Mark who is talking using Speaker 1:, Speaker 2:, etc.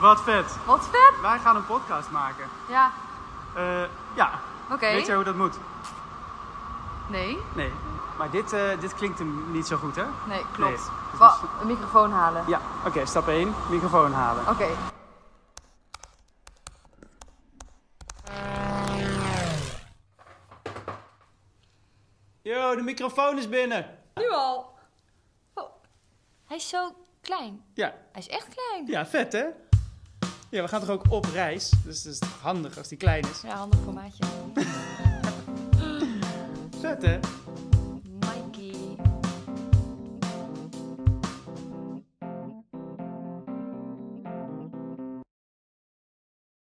Speaker 1: Wat vet.
Speaker 2: Oh, Wat vet.
Speaker 1: Wij gaan een podcast maken.
Speaker 2: Ja,
Speaker 1: Eh, ja.
Speaker 2: oké.
Speaker 1: Weet jij hoe dat moet?
Speaker 2: Nee,
Speaker 1: Nee. Maar dit, eh, dit klinkt hem niet zo goed, hè?
Speaker 2: nee, klopt.
Speaker 1: Nee, dat
Speaker 2: Wa- een microfoon halen.
Speaker 1: Ja. Oké, stap 1. Microfoon halen.
Speaker 2: Oké.
Speaker 1: Yo, de microfoon is binnen.
Speaker 2: Nu al.
Speaker 3: Hij is zo klein.
Speaker 1: Ja.
Speaker 3: Hij is echt klein.
Speaker 1: Ja, vet, hè? Ja, we gaan toch ook op reis? Dus het is handig als die klein is.
Speaker 3: Ja, handig formaatje.
Speaker 1: Vet, hè?